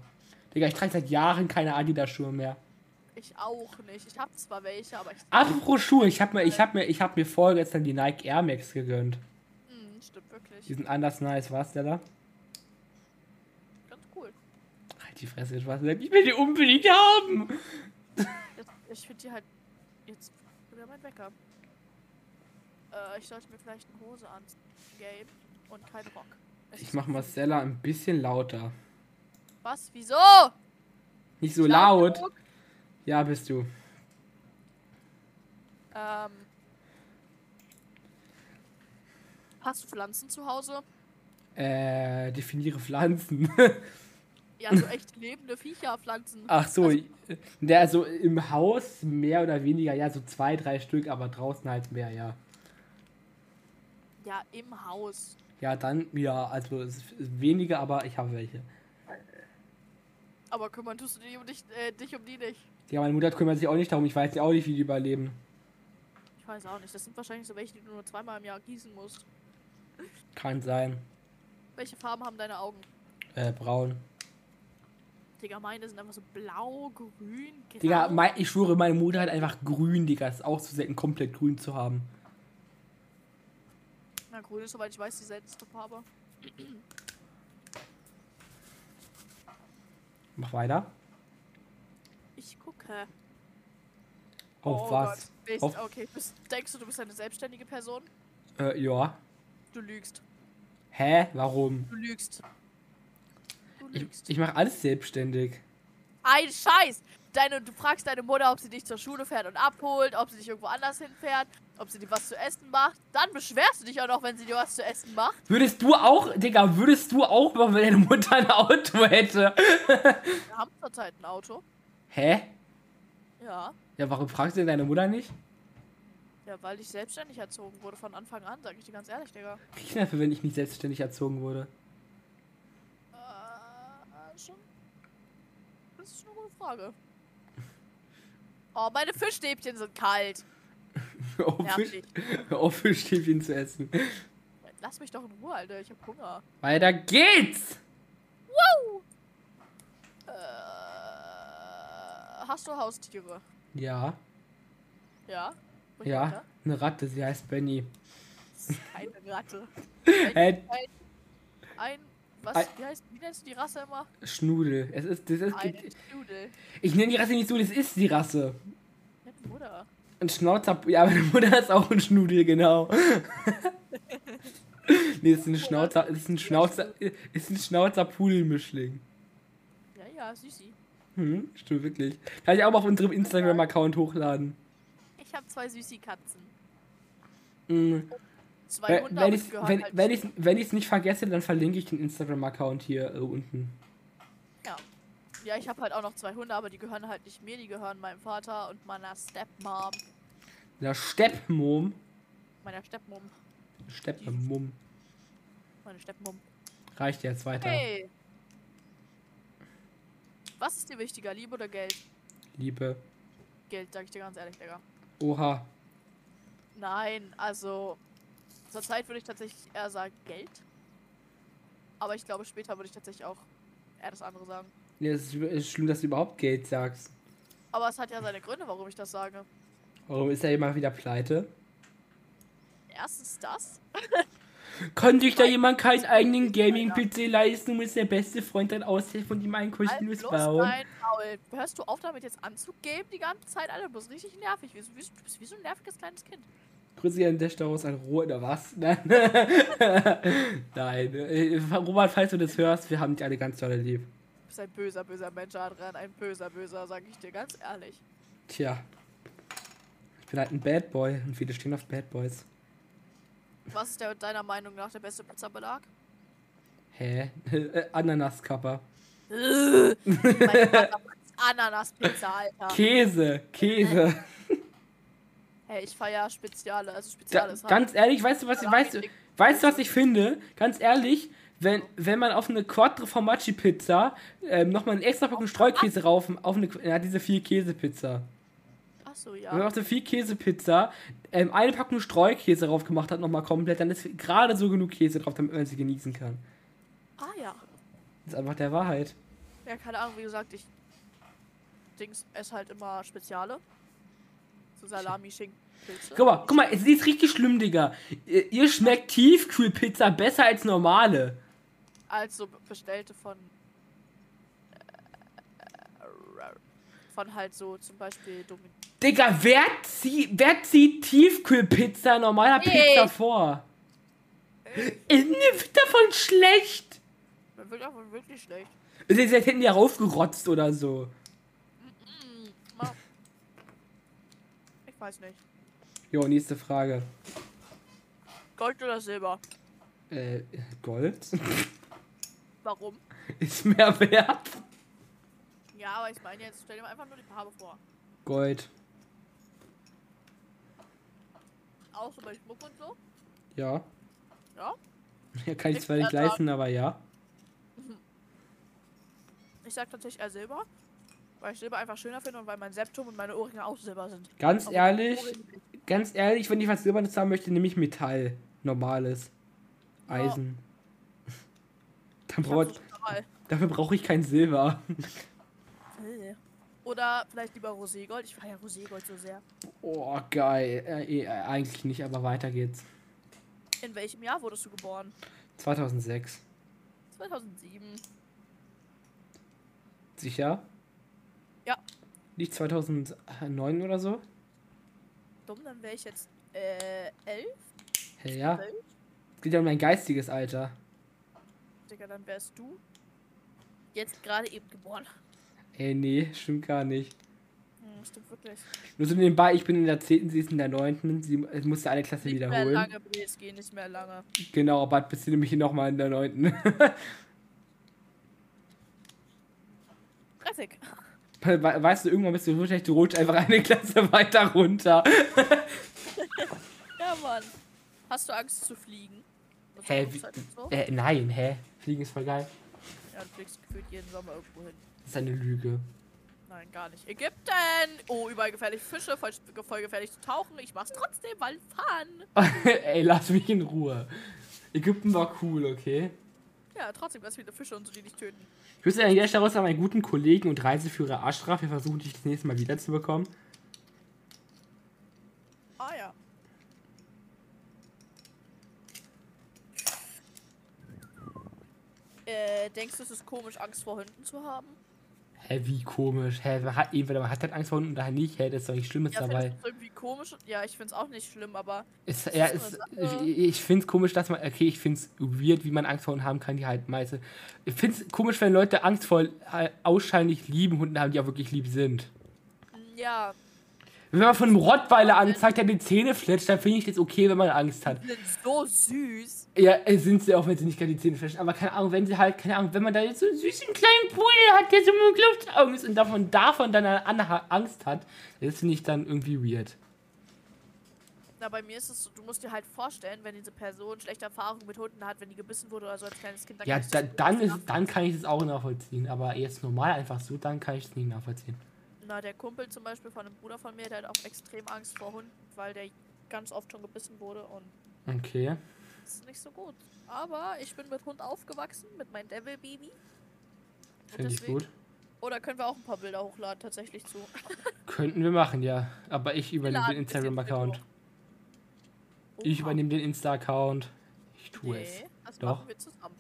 Digga, ich trage seit Jahren keine Adidas-Schuhe mehr. Ich auch nicht. Ich habe zwar welche, aber ich. Apropos Schuhe, ich habe mir, ich hab mir, ich hab mir vorgestern die Nike Air Max gegönnt. Hm, stimmt wirklich. Die sind anders nice, was der da? Ganz cool. Halt die Fresse, jetzt was Ich will die unbedingt haben. Jetzt, ich finde die halt. Jetzt wieder mein Wecker. Äh, ich sollte mir vielleicht eine Hose anziehen. Game. Und keinen Rock. Es Ich ist mach so mal viel. Stella ein bisschen lauter. Was? Wieso? Nicht so Laut laut. genug? Ja, bist du. Ähm. Hast du Pflanzen zu Hause? Äh, definiere Pflanzen. (laughs) Ja, so echt lebende Viecher, Pflanzen. Ach so, Also, der also im Haus mehr oder weniger, ja, so zwei, drei Stück, aber draußen halt mehr, ja. ja, im Haus. Ja, dann, ja, also es ist weniger, aber ich habe welche. Aber kümmern tust du dich um dich, äh, dich um die nicht. Ja, meine Mutter kümmert sich auch nicht darum. Ich weiß ja auch nicht, wie die überleben. Ich weiß auch nicht. Das sind wahrscheinlich so welche, die du nur zweimal im Jahr gießen musst. Kann sein. Welche Farben haben deine Augen? Äh, braun. Digga, meine sind einfach so blau, grün, grau. Digga, mei- ich schwöre, meine Mutter hat einfach grün, Digga. Ist auch zu selten, komplett grün zu haben. Na, grün ist, soweit ich weiß, die seltenste Farbe. Mach weiter. Ich gucke. Oh Auf was? Gott. Bist, Auf- okay, bist, denkst du, du bist eine selbstständige Person? Äh, ja. Du lügst. Hä? Warum? Du lügst. kündigst. Ich mache alles selbstständig. Ein Scheiß! Deine, du fragst deine Mutter, ob sie dich zur Schule fährt und abholt, ob sie dich irgendwo anders hinfährt, ob sie dir was zu essen macht. Dann beschwerst du dich auch noch, wenn sie dir was zu essen macht. Würdest du auch, Digga, würdest du auch machen, wenn deine Mutter ein Auto hätte? Wir haben zurzeit ein Auto. Hä? Ja. Ja, warum fragst du denn deine Mutter nicht? Ja, weil ich selbstständig erzogen wurde von Anfang an, sag ich dir ganz ehrlich, Digga. Krieg ich dafür, wenn ich nicht selbstständig erzogen wurde? (laughs) Äh, schon. Das ist eine gute Frage. (laughs) Oh, meine Fischstäbchen sind kalt. Oh, Fisch, (laughs) Nervig. oh Fischstäbchen zu essen. Lass mich doch in Ruhe, Alter. Ich hab Hunger. Weiter geht's! Äh, hast du Haustiere? Ja, Ja. Bring ja, weiter. eine Ratte, sie heißt Benny. Das ist keine Ratte. Äh, Ein. Was? Ein- Wie, heißt, wie nennst du die Rasse immer? Schnudel. Es ist, das ist, Ein Nudel. ich nenne die Rasse nicht so, das ist die Rasse. Mit Mutter. Ein Schnauzer, (laughs) ja, meine Mutter ist auch ein Schnudel, genau. (laughs) nee, ist ein Schnauzer, ist ein Schnauzer, ist ein Schnauzer Pudelmischling. Ja, ja, Süßi. Hm, stimmt wirklich. Kann ich auch mal auf unserem Instagram-Account hochladen. Ich habe zwei Süßi-Katzen. Hm. Zwei Wenn, Hunde, wenn aber ich die es gehören wenn, halt wenn zu- ich's- wenn ich's nicht vergesse, dann verlinke ich den Instagram-Account hier äh, unten. Ja. Ja, ich habe halt auch noch zwei Hunde, aber die gehören halt nicht mir, die gehören meinem Vater und meiner Stepmom. Der Steppmum. Meiner Stepmom. Steppmum. Meine Stepmom. Reicht jetzt weiter. Hey! Was ist dir wichtiger, Liebe oder Geld? Liebe. Geld, sag ich dir ganz ehrlich, Digga. Oha. Nein, also zurzeit würde ich tatsächlich eher sagen Geld. Aber ich glaube, später würde ich tatsächlich auch eher das andere sagen. Nee, es ist, es ist schlimm, dass du überhaupt Geld sagst. Aber es hat ja seine Gründe, warum ich das sage. Warum ist er immer wieder pleite? Erstens das. Kann sich da jemand keinen eigenen Gaming-PC leisten und ist der beste Freund dann aushilft und ihm einen kostenlos bloß bauen? dein Maul. Hörst du auf damit jetzt anzugeben die ganze Zeit, Alter? Du bist richtig nervig. Wie, wie, du bist wie so ein nerviges kleines Kind. Grüße an der Stelle aus an Roh oder was? (laughs) Nein. Nein. Äh, Robert, falls du das hörst, wir haben dich alle ganz toll lieb. Du bist ein böser, böser Mensch, Adrian. Ein böser, böser, sag ich dir ganz ehrlich. Tja. Ich bin halt ein Bad Boy und viele stehen auf Bad Boys. Was ist der, deiner Meinung nach der (laughs) beste Pizzabelag? Hä? (laughs) Äh, Ananaskapper. Äh, mein Vater macht Ananaspizza, Alter. Käse. Käse. Hey, ich feier Speziale, also Da, Speziale ist halt. ganz ehrlich, weißt du, was, Ja, weißt, du, richtig. weißt du, was ich finde? Ganz ehrlich, wenn, wenn man auf eine Quattro Formaggi Pizza ähm, nochmal einen extra Packung Streukäse rauf, auf eine, ja, diese vier Käsepizza. Achso, Wenn man ja. auf eine vier Käsepizza ähm, eine Packung Streukäse drauf gemacht hat, nochmal komplett, dann ist gerade so genug Käse drauf, damit man sie genießen kann. Ah ja. Das ist einfach der Wahrheit. Ja, keine Ahnung, wie gesagt, ich. Dings esse halt immer Speziale. So Salami, Schinken, Pilze. Guck mal, guck mal, es ist richtig schlimm, Digga. Ihr ihr schmeckt Tiefkühlpizza besser als normale. Also bestellte von. äh, äh, Von halt so zum Beispiel Domin. Digga, wer, zieh, wer zieht Tiefkühlpizza normaler Ich. Pizza vor? Ist mir davon schlecht. Man wird davon wirklich schlecht. Es ist, als hätten die raufgerotzt oder so. Ma- Ich weiß nicht. Jo, nächste Frage. Gold oder Silber? Äh, Gold? (laughs) Warum? ist mehr wert? Ja, aber ich meine jetzt, stell dir mal einfach nur die Farbe vor. Gold. Auch so bei Schmuck und so. Ja. Ja. Ja, kann ich zwar nicht leisten, aber ja. Ich sag tatsächlich eher Silber, weil ich Silber einfach schöner finde und weil mein Septum und meine Ohrringe auch Silber sind. Ganz Obwohl ehrlich, Ohrringe- ganz ehrlich, wenn ich was Silbernes haben möchte, nehme ich Metall. Normales. Ja. Eisen. (laughs) Dann Ich hab brauch, so Stahl. dafür brauche ich kein Silber. Äh. Oder vielleicht lieber Roségold. Ich feiere Roségold so sehr. Oh, geil. Äh, eh, äh, eigentlich nicht, aber weiter geht's. In welchem Jahr wurdest du geboren? 2006. 2007. Sicher? Ja. Nicht 2009 oder so? Dumm, dann wäre ich jetzt äh, elf. Hä, ja. Zwölf? Es geht ja um mein geistiges Alter. Digga, dann wärst du jetzt gerade eben geboren. Ey, nee, stimmt gar nicht. Hm, stimmt wirklich. Nur so nebenbei, ich bin in der 10., sie ist in der 9., sie es musste eine Klasse Nicht mehr wiederholen. lange, BSG, nicht mehr lange. Genau, bald bist du nämlich nochmal in der 9. Stressig. (laughs) We- Weißt du, irgendwann bist du so schlecht, du rutschst einfach eine Klasse (laughs) weiter runter. (laughs) Ja, Mann. Hast du Angst zu fliegen? Also Hä, kommst wie- halt nicht so? Äh, nein, hä? Fliegen ist voll geil. Ja, du fliegst gefühlt jeden Sommer irgendwo hin. Das ist eine Lüge. Nein, gar nicht. Ägypten! Oh, überall gefährliche Fische, voll, voll gefährlich zu tauchen. Ich mach's trotzdem, weil fun. (laughs) Ey, lass mich in Ruhe. Ägypten war cool, okay? Ja, trotzdem ganz viele Fische und so, die dich töten. Ich wüsste an der Stelle raus an meinen guten Kollegen und Reiseführer Ashraf. Wir versuchen dich das nächste Mal wiederzubekommen. Ah ja. Äh, denkst du, es ist komisch, Angst vor Hunden zu haben? Hä, wie komisch. Hä, man hat, entweder man hat halt Angst vor Hunden oder nicht. Hä, das ist doch nichts Schlimmes Ja, dabei. findest du irgendwie komisch? Ja, ich find's auch nicht schlimm, aber Es, Das ja, ist es, so eine Sache. ich, ich finde es komisch, dass man, okay, ich finde es weird, wie man Angst vor Hunden haben kann, die halt meiste. Ich finde es komisch, wenn Leute Angst vor äh, ausscheinlich lieben Hunden haben, die auch wirklich lieb sind. mm, ja, Wenn man von einem Rottweiler anzeigt, der die Zähne fletscht, dann finde ich das okay, wenn man Angst hat. die sind so süß. Ja, äh, sind sie auch, wenn sie nicht gerade die Zähne fletschen. Aber keine Ahnung, wenn sie halt, keine Ahnung, wenn man da jetzt so einen süßen kleinen Pudel hat, der so mit Luftaugen ist und davon, davon dann eine Angst hat, das finde ich dann irgendwie weird. Na, bei mir ist es so, du musst dir halt vorstellen, wenn diese Person schlechte Erfahrungen mit Hunden hat, wenn die gebissen wurde oder so als kleines Kind, dann Ja, kann ich da, das dann, gut ist, dann kann ich das auch nachvollziehen. Aber jetzt normal einfach so, dann kann ich das nicht nachvollziehen. Na, der Kumpel zum Beispiel von einem Bruder von mir, der hat auch extrem Angst vor Hunden, weil der ganz oft schon gebissen wurde und Okay. das ist nicht so gut. Aber ich bin mit Hund aufgewachsen, mit meinem Devil Baby. Und Finde ich deswegen- gut. Oder können wir auch ein paar Bilder hochladen, tatsächlich zu. Könnten wir machen, ja. Aber ich übernehme Laden den ein bisschen Instagram-Account. Video hoch. Ich Oha. übernehme den Insta-Account. Ich tue es. Nee, das Doch. machen wir zusammen.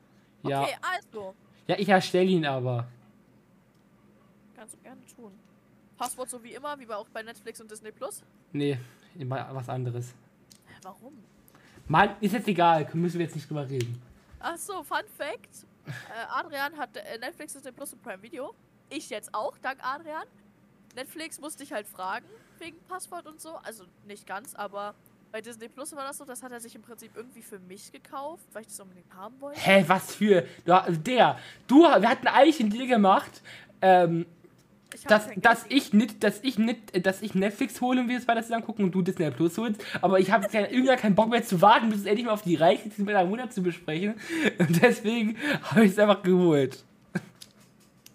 Ja. Okay, also. Ja, ich erstelle ihn aber. Kannst du gerne tun. Passwort so wie immer, wie bei, auch bei Netflix und Disney Plus. Nee, immer was anderes. Hä, Warum? Mann, ist jetzt egal. Müssen wir jetzt nicht drüber reden. Ach so, Fun Fact. Äh, Adrian hat äh, Netflix, Disney Plus und Prime Video. Ich jetzt auch, dank Adrian. Netflix musste ich halt fragen, wegen Passwort und so. Also nicht ganz, aber bei Disney Plus war das so, das hat er sich im Prinzip irgendwie für mich gekauft, weil ich das unbedingt haben wollte. Hä, was für? Du, der, du, wir hatten eigentlich einen Deal gemacht, ähm, Ich hab dass, kein Geld dass ich nicht, dass ich nicht, äh, dass ich Netflix hole und wir es weiter zusammen gucken und du Disney Plus holst. Aber ich habe irgendwann keinen Bock mehr zu warten, bis es endlich mal auf die Reihe ist, mit deiner Mutter zu besprechen. Und deswegen habe ich es einfach (laughs) geholt.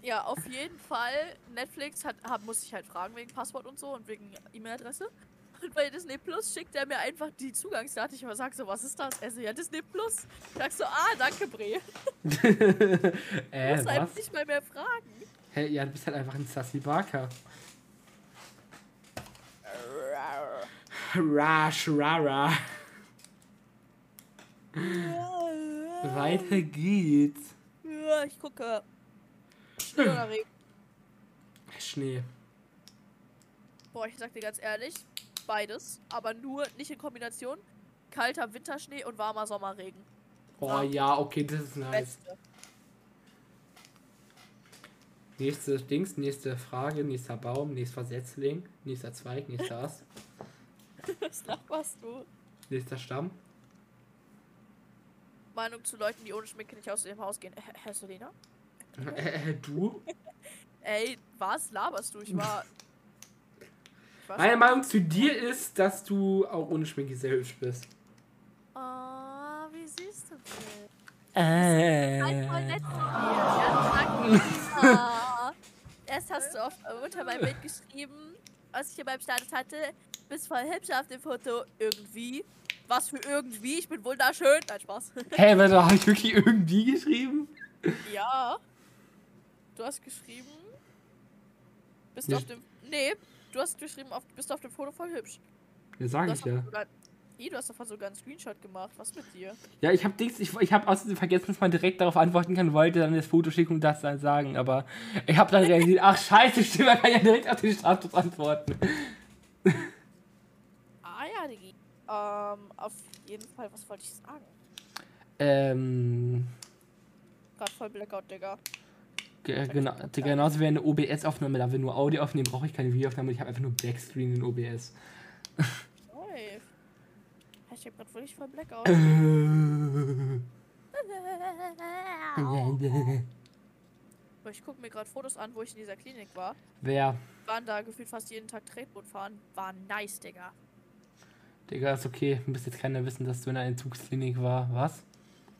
Ja, auf jeden Fall. Netflix hat, hab, muss ich halt fragen wegen Passwort und so und wegen E-Mail-Adresse. Und bei Disney Plus schickt er mir einfach die Zugangsdaten. Ich immer sag so, was ist das? Er so, ja, Disney Plus. Ich sag so, ah, danke, Bre. Du Äh, musst einfach was? nicht mal mehr fragen. Hä, ja, du bist halt einfach ein Sassy Barker. Rash, rara. Weiter geht's. Ja, ich gucke. Schnee oder Regen. Schnee. Boah, ich sag dir ganz ehrlich, beides. Aber nur nicht in Kombination. Kalter Winterschnee und warmer Sommerregen. Oh ja, okay, das ist nice. Beste. (laughs) Nächstes Dings, nächste Frage, nächster Baum, nächster Setzling, nächster Zweig, nächster Ast, Das laberst du. nächster Stamm. Meinung zu Leuten, die ohne Schminke nicht aus ihrem Haus gehen. Herr Selena? (laughs) Äh, äh, du? Ey, was laberst du? Ich war. Ich war Meine schon- Meinung zu dir ist, dass du auch ohne Schminke sehr hübsch bist. Oh, wie süß du bist. Halt voll Äh. nett zu mir. Ja, danke. (laughs) Ah. Erst hast du auf, unter meinem Bild geschrieben, was ich hier beim Status hatte, bist voll hübsch auf dem Foto. Irgendwie. Was für irgendwie? Ich bin wunderschön. Nein, Spaß. (laughs) Hä, warte, habe ich wirklich irgendwie geschrieben? ja. Du hast geschrieben. Bist du Ja. auf dem. Nee, du hast geschrieben, auf, bist du auf dem Foto voll hübsch. Ja, sage Du ich hast, davon ja. sogar, I, du hast davon sogar einen Screenshot gemacht. Was mit dir? Ja, ich habe Dings, ich, ich habe außerdem vergessen, dass man direkt darauf antworten kann, wollte dann das Foto schicken und das dann sagen, aber ich habe dann realisiert, ach scheiße, stimmt, man kann ja direkt auf den Status antworten. Ah ja, Digi. Ähm, auf jeden Fall, was wollte ich sagen? Ähm, Gerade voll Blackout, Digga. Ge- Genau, genauso wie eine OBS-Aufnahme, da wir nur Audio aufnehmen, brauche ich keine Videoaufnahme, ich habe einfach nur Blackscreen in OBS. Läuft. Ich hab grad völlig voll (clears throat) Blackout. Aber ich guck mir gerade Fotos an, wo ich in dieser Klinik war. Wer? Waren da gefühlt fast jeden Tag Tretboot fahren. War nice, Digga. Digga, ist okay, müsst jetzt keiner wissen, dass du in einer Entzugsklinik war. Was?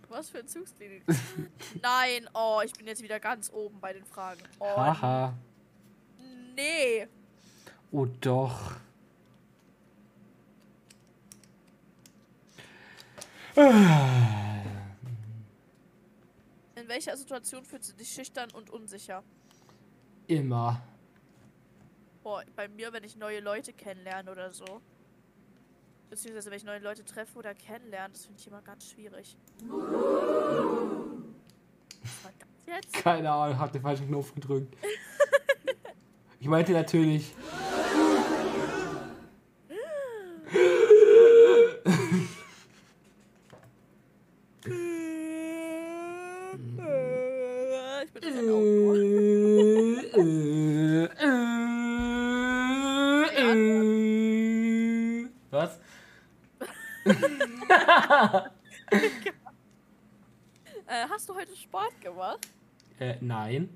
Was für ein Zugsklinik. (laughs) Nein, oh, ich bin jetzt wieder ganz oben bei den Fragen. Oh, Haha. nee. Oh doch. In welcher Situation fühlst du dich schüchtern und unsicher? Immer. Boah, bei mir, wenn ich neue Leute kennenlerne oder so. Beziehungsweise, wenn ich neue Leute treffe oder kennenlerne, das finde ich immer ganz (clears throat) schwierig. Was war das jetzt? Keine Ahnung, hab den falschen Knopf gedrückt. Ich meinte natürlich. Ich bin Äh, total aufgewacht. äh, äh, äh. Was? Äh, hast du heute Sport gemacht? Äh, nein.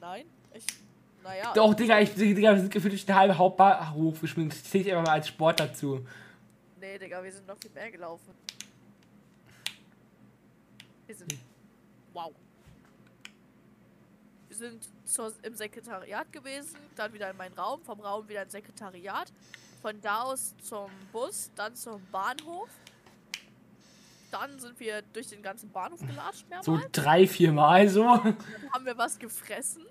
Nein. Ich. Naja. Doch, Digga, ich, Digga, wir sind gefühlt durch den halben Hauptbahn hochgeschwimmt. Das zähle ich einfach mal als Sport dazu. Nee, Digga, wir sind noch viel mehr gelaufen. Wir sind. Wow. Wir sind zur, im Sekretariat gewesen, dann wieder in meinen Raum, vom Raum wieder ins Sekretariat, von da aus zum Bus, dann zum Bahnhof. Dann sind wir durch den ganzen Bahnhof gelatscht mehrmals. So drei, vier Mal so. haben wir was gefressen.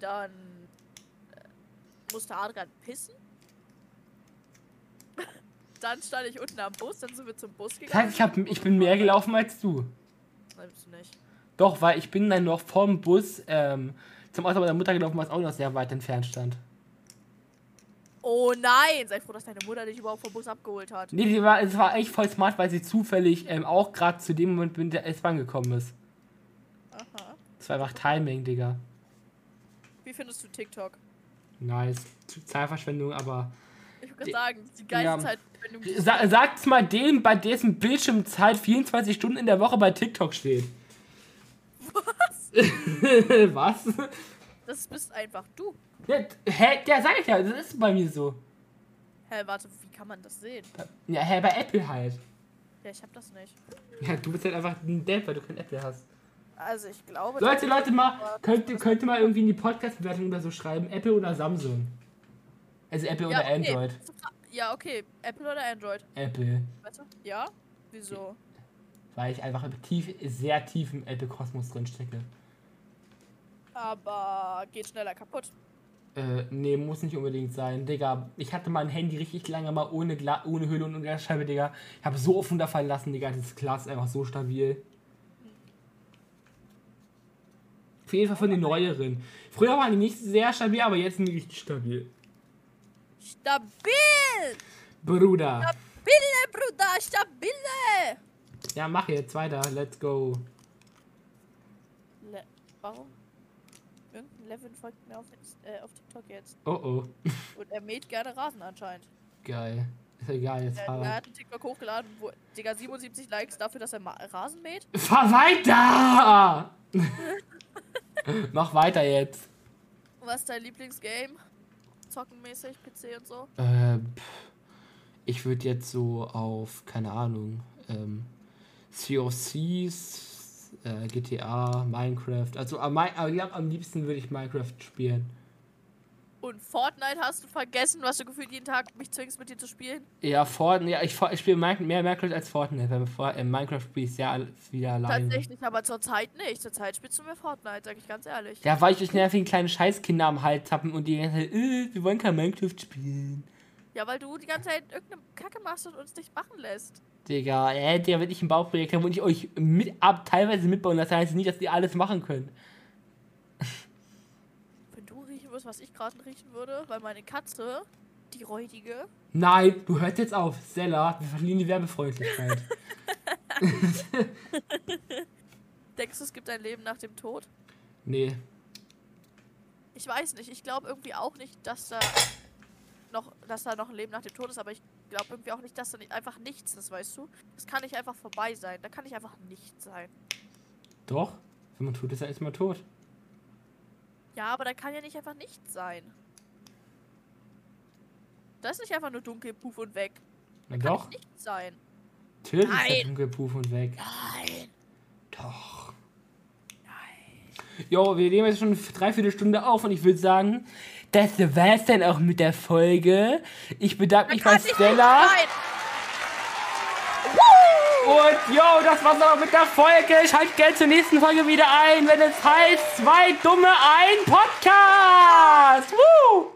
Dann äh, musste Adrian pissen. (laughs) Dann stand ich unten am Bus, dann sind wir zum Bus Das gegangen. heißt, ich, hab, ich bin mehr gelaufen als du. Nein, bist du nicht. Doch, weil ich bin dann noch vom Bus ähm, zum Auto meiner Mutter gelaufen, was auch noch sehr weit entfernt stand. Oh nein, sei froh, dass deine Mutter dich überhaupt vom Bus abgeholt hat. Nee, die war, es war echt voll smart, weil sie zufällig ähm, auch gerade zu dem Moment mit der S-Bahn gekommen ist. Aha. Das war einfach Timing, Digga. Wie findest du TikTok? Nice. Zahlverschwendung, aber. Ich würde Die- sagen, die geilste ja. Zeit, wenn du mich Sa sagt's mal dem, bei dessen Bildschirmzeit 24 Stunden in der Woche bei TikTok steht. (laughs) Was? Was? Das bist einfach du. Ja, hä? Ja, sag ich ja, das ist bei mir so. Hä, warte, wie kann man das sehen? Ja, hä, bei Apple halt. Ja, ich hab das nicht. Ja, du bist halt einfach ein Depp, weil du kein Apple hast. Also ich glaube. Leute, Leute, mal, könnt, ihr- könnt ihr mal irgendwie in die Podcast-Bewertung oder so schreiben, Apple oder Samsung? Also Apple ja, oder okay. Android? Ja, okay. Apple oder Android? Apple. Warte. Ja? Wieso? Weil ich einfach tief, sehr tief im Apple-Kosmos drin stecke. aber geht schneller kaputt. Äh, nee, muss nicht unbedingt sein. Digga, ich hatte mein Handy richtig lange mal ohne, Gla ohne Hülle und ohne Glasscheibe, Digga. Ich habe so offen da verlassen, Digga. Das Glas ist einfach so stabil. Auf jeden Fall von den neueren. Früher waren die nicht sehr stabil, aber jetzt sind die richtig stabil. Stabil! Bruder. Stabile, Bruder, stabile! Ja, mach jetzt weiter. Let's go. Le Warum? Irgendein Levin folgt mir auf, Inst- äh, auf TikTok jetzt. Oh oh. Und er mäht gerne Rasen anscheinend. Geil. Ist egal, jetzt Er, fahr er weiter. hat einen TikTok hochgeladen, wo, Digga, 77 Likes dafür, dass er Ma Rasen mäht. Fahr weiter! (laughs) mach weiter jetzt. Was ist dein Lieblingsgame? Zockenmäßig, PC und so. Äh, pff, ich würde jetzt so auf, keine Ahnung, ähm, COCs, äh, GTA, Minecraft. Also am, mei- aber ich glaub, am liebsten würde ich Minecraft spielen. Und Fortnite hast du vergessen, was du gefühlt jeden Tag mich zwingst, mit dir zu spielen? Ja, Fortnite, ja, ich, for- ich spiele Min mehr Minecraft als Fortnite, weil vor- äh, Minecraft spiele ich sehr al- wieder alleine. Tatsächlich, aber zurzeit nicht. Zurzeit spielst du mir Fortnite, sag ich ganz ehrlich. Ja, weil ich euch nervigen kleinen Scheißkinder am Hals tappen und die ganze Zeit, äh, wir wollen kein Minecraft spielen. Ja, weil du die ganze Zeit irgendeine Kacke machst und uns nicht machen lässt. Digga, äh, Digga, wenn ich ein Bauprojekt habe und ich euch mit ab teilweise mitbauen, das heißt nicht, dass ihr alles machen könnt. Wenn du riechen würdest, was ich gerade riechen würde, weil meine Katze, die räudige, Nein, du hörst jetzt auf. Stella, wir verlieren die (laughs) Werbefreundlichkeit. denkst du, es gibt ein Leben nach dem Tod? Nee. Ich weiß nicht, ich glaube irgendwie auch nicht, dass da noch, dass da noch ein Leben nach dem Tod ist, aber ich glaube irgendwie auch nicht, dass da nicht, einfach nichts ist, weißt du? Das kann nicht einfach vorbei sein, da kann nicht einfach nichts sein. Doch. Wenn man tut, ist er erstmal tot. Ja, aber da kann ja nicht einfach nichts sein. Da ist nicht einfach nur dunkel, puff und weg. Na Kann doch. nicht nichts sein. Natürlich ist der Nein. Dunkelpuff und weg. Nein. Doch. Jo, wir nehmen jetzt schon eine Dreiviertelstunde auf und ich würde sagen, das war's dann auch mit der Folge. Ich bedanke mich bei Stella. Nein. Und jo, das war's auch mit der Folge. Schalt gerne zur nächsten Folge wieder ein, wenn es heißt, zwei dumme, ein Podcast. Woo!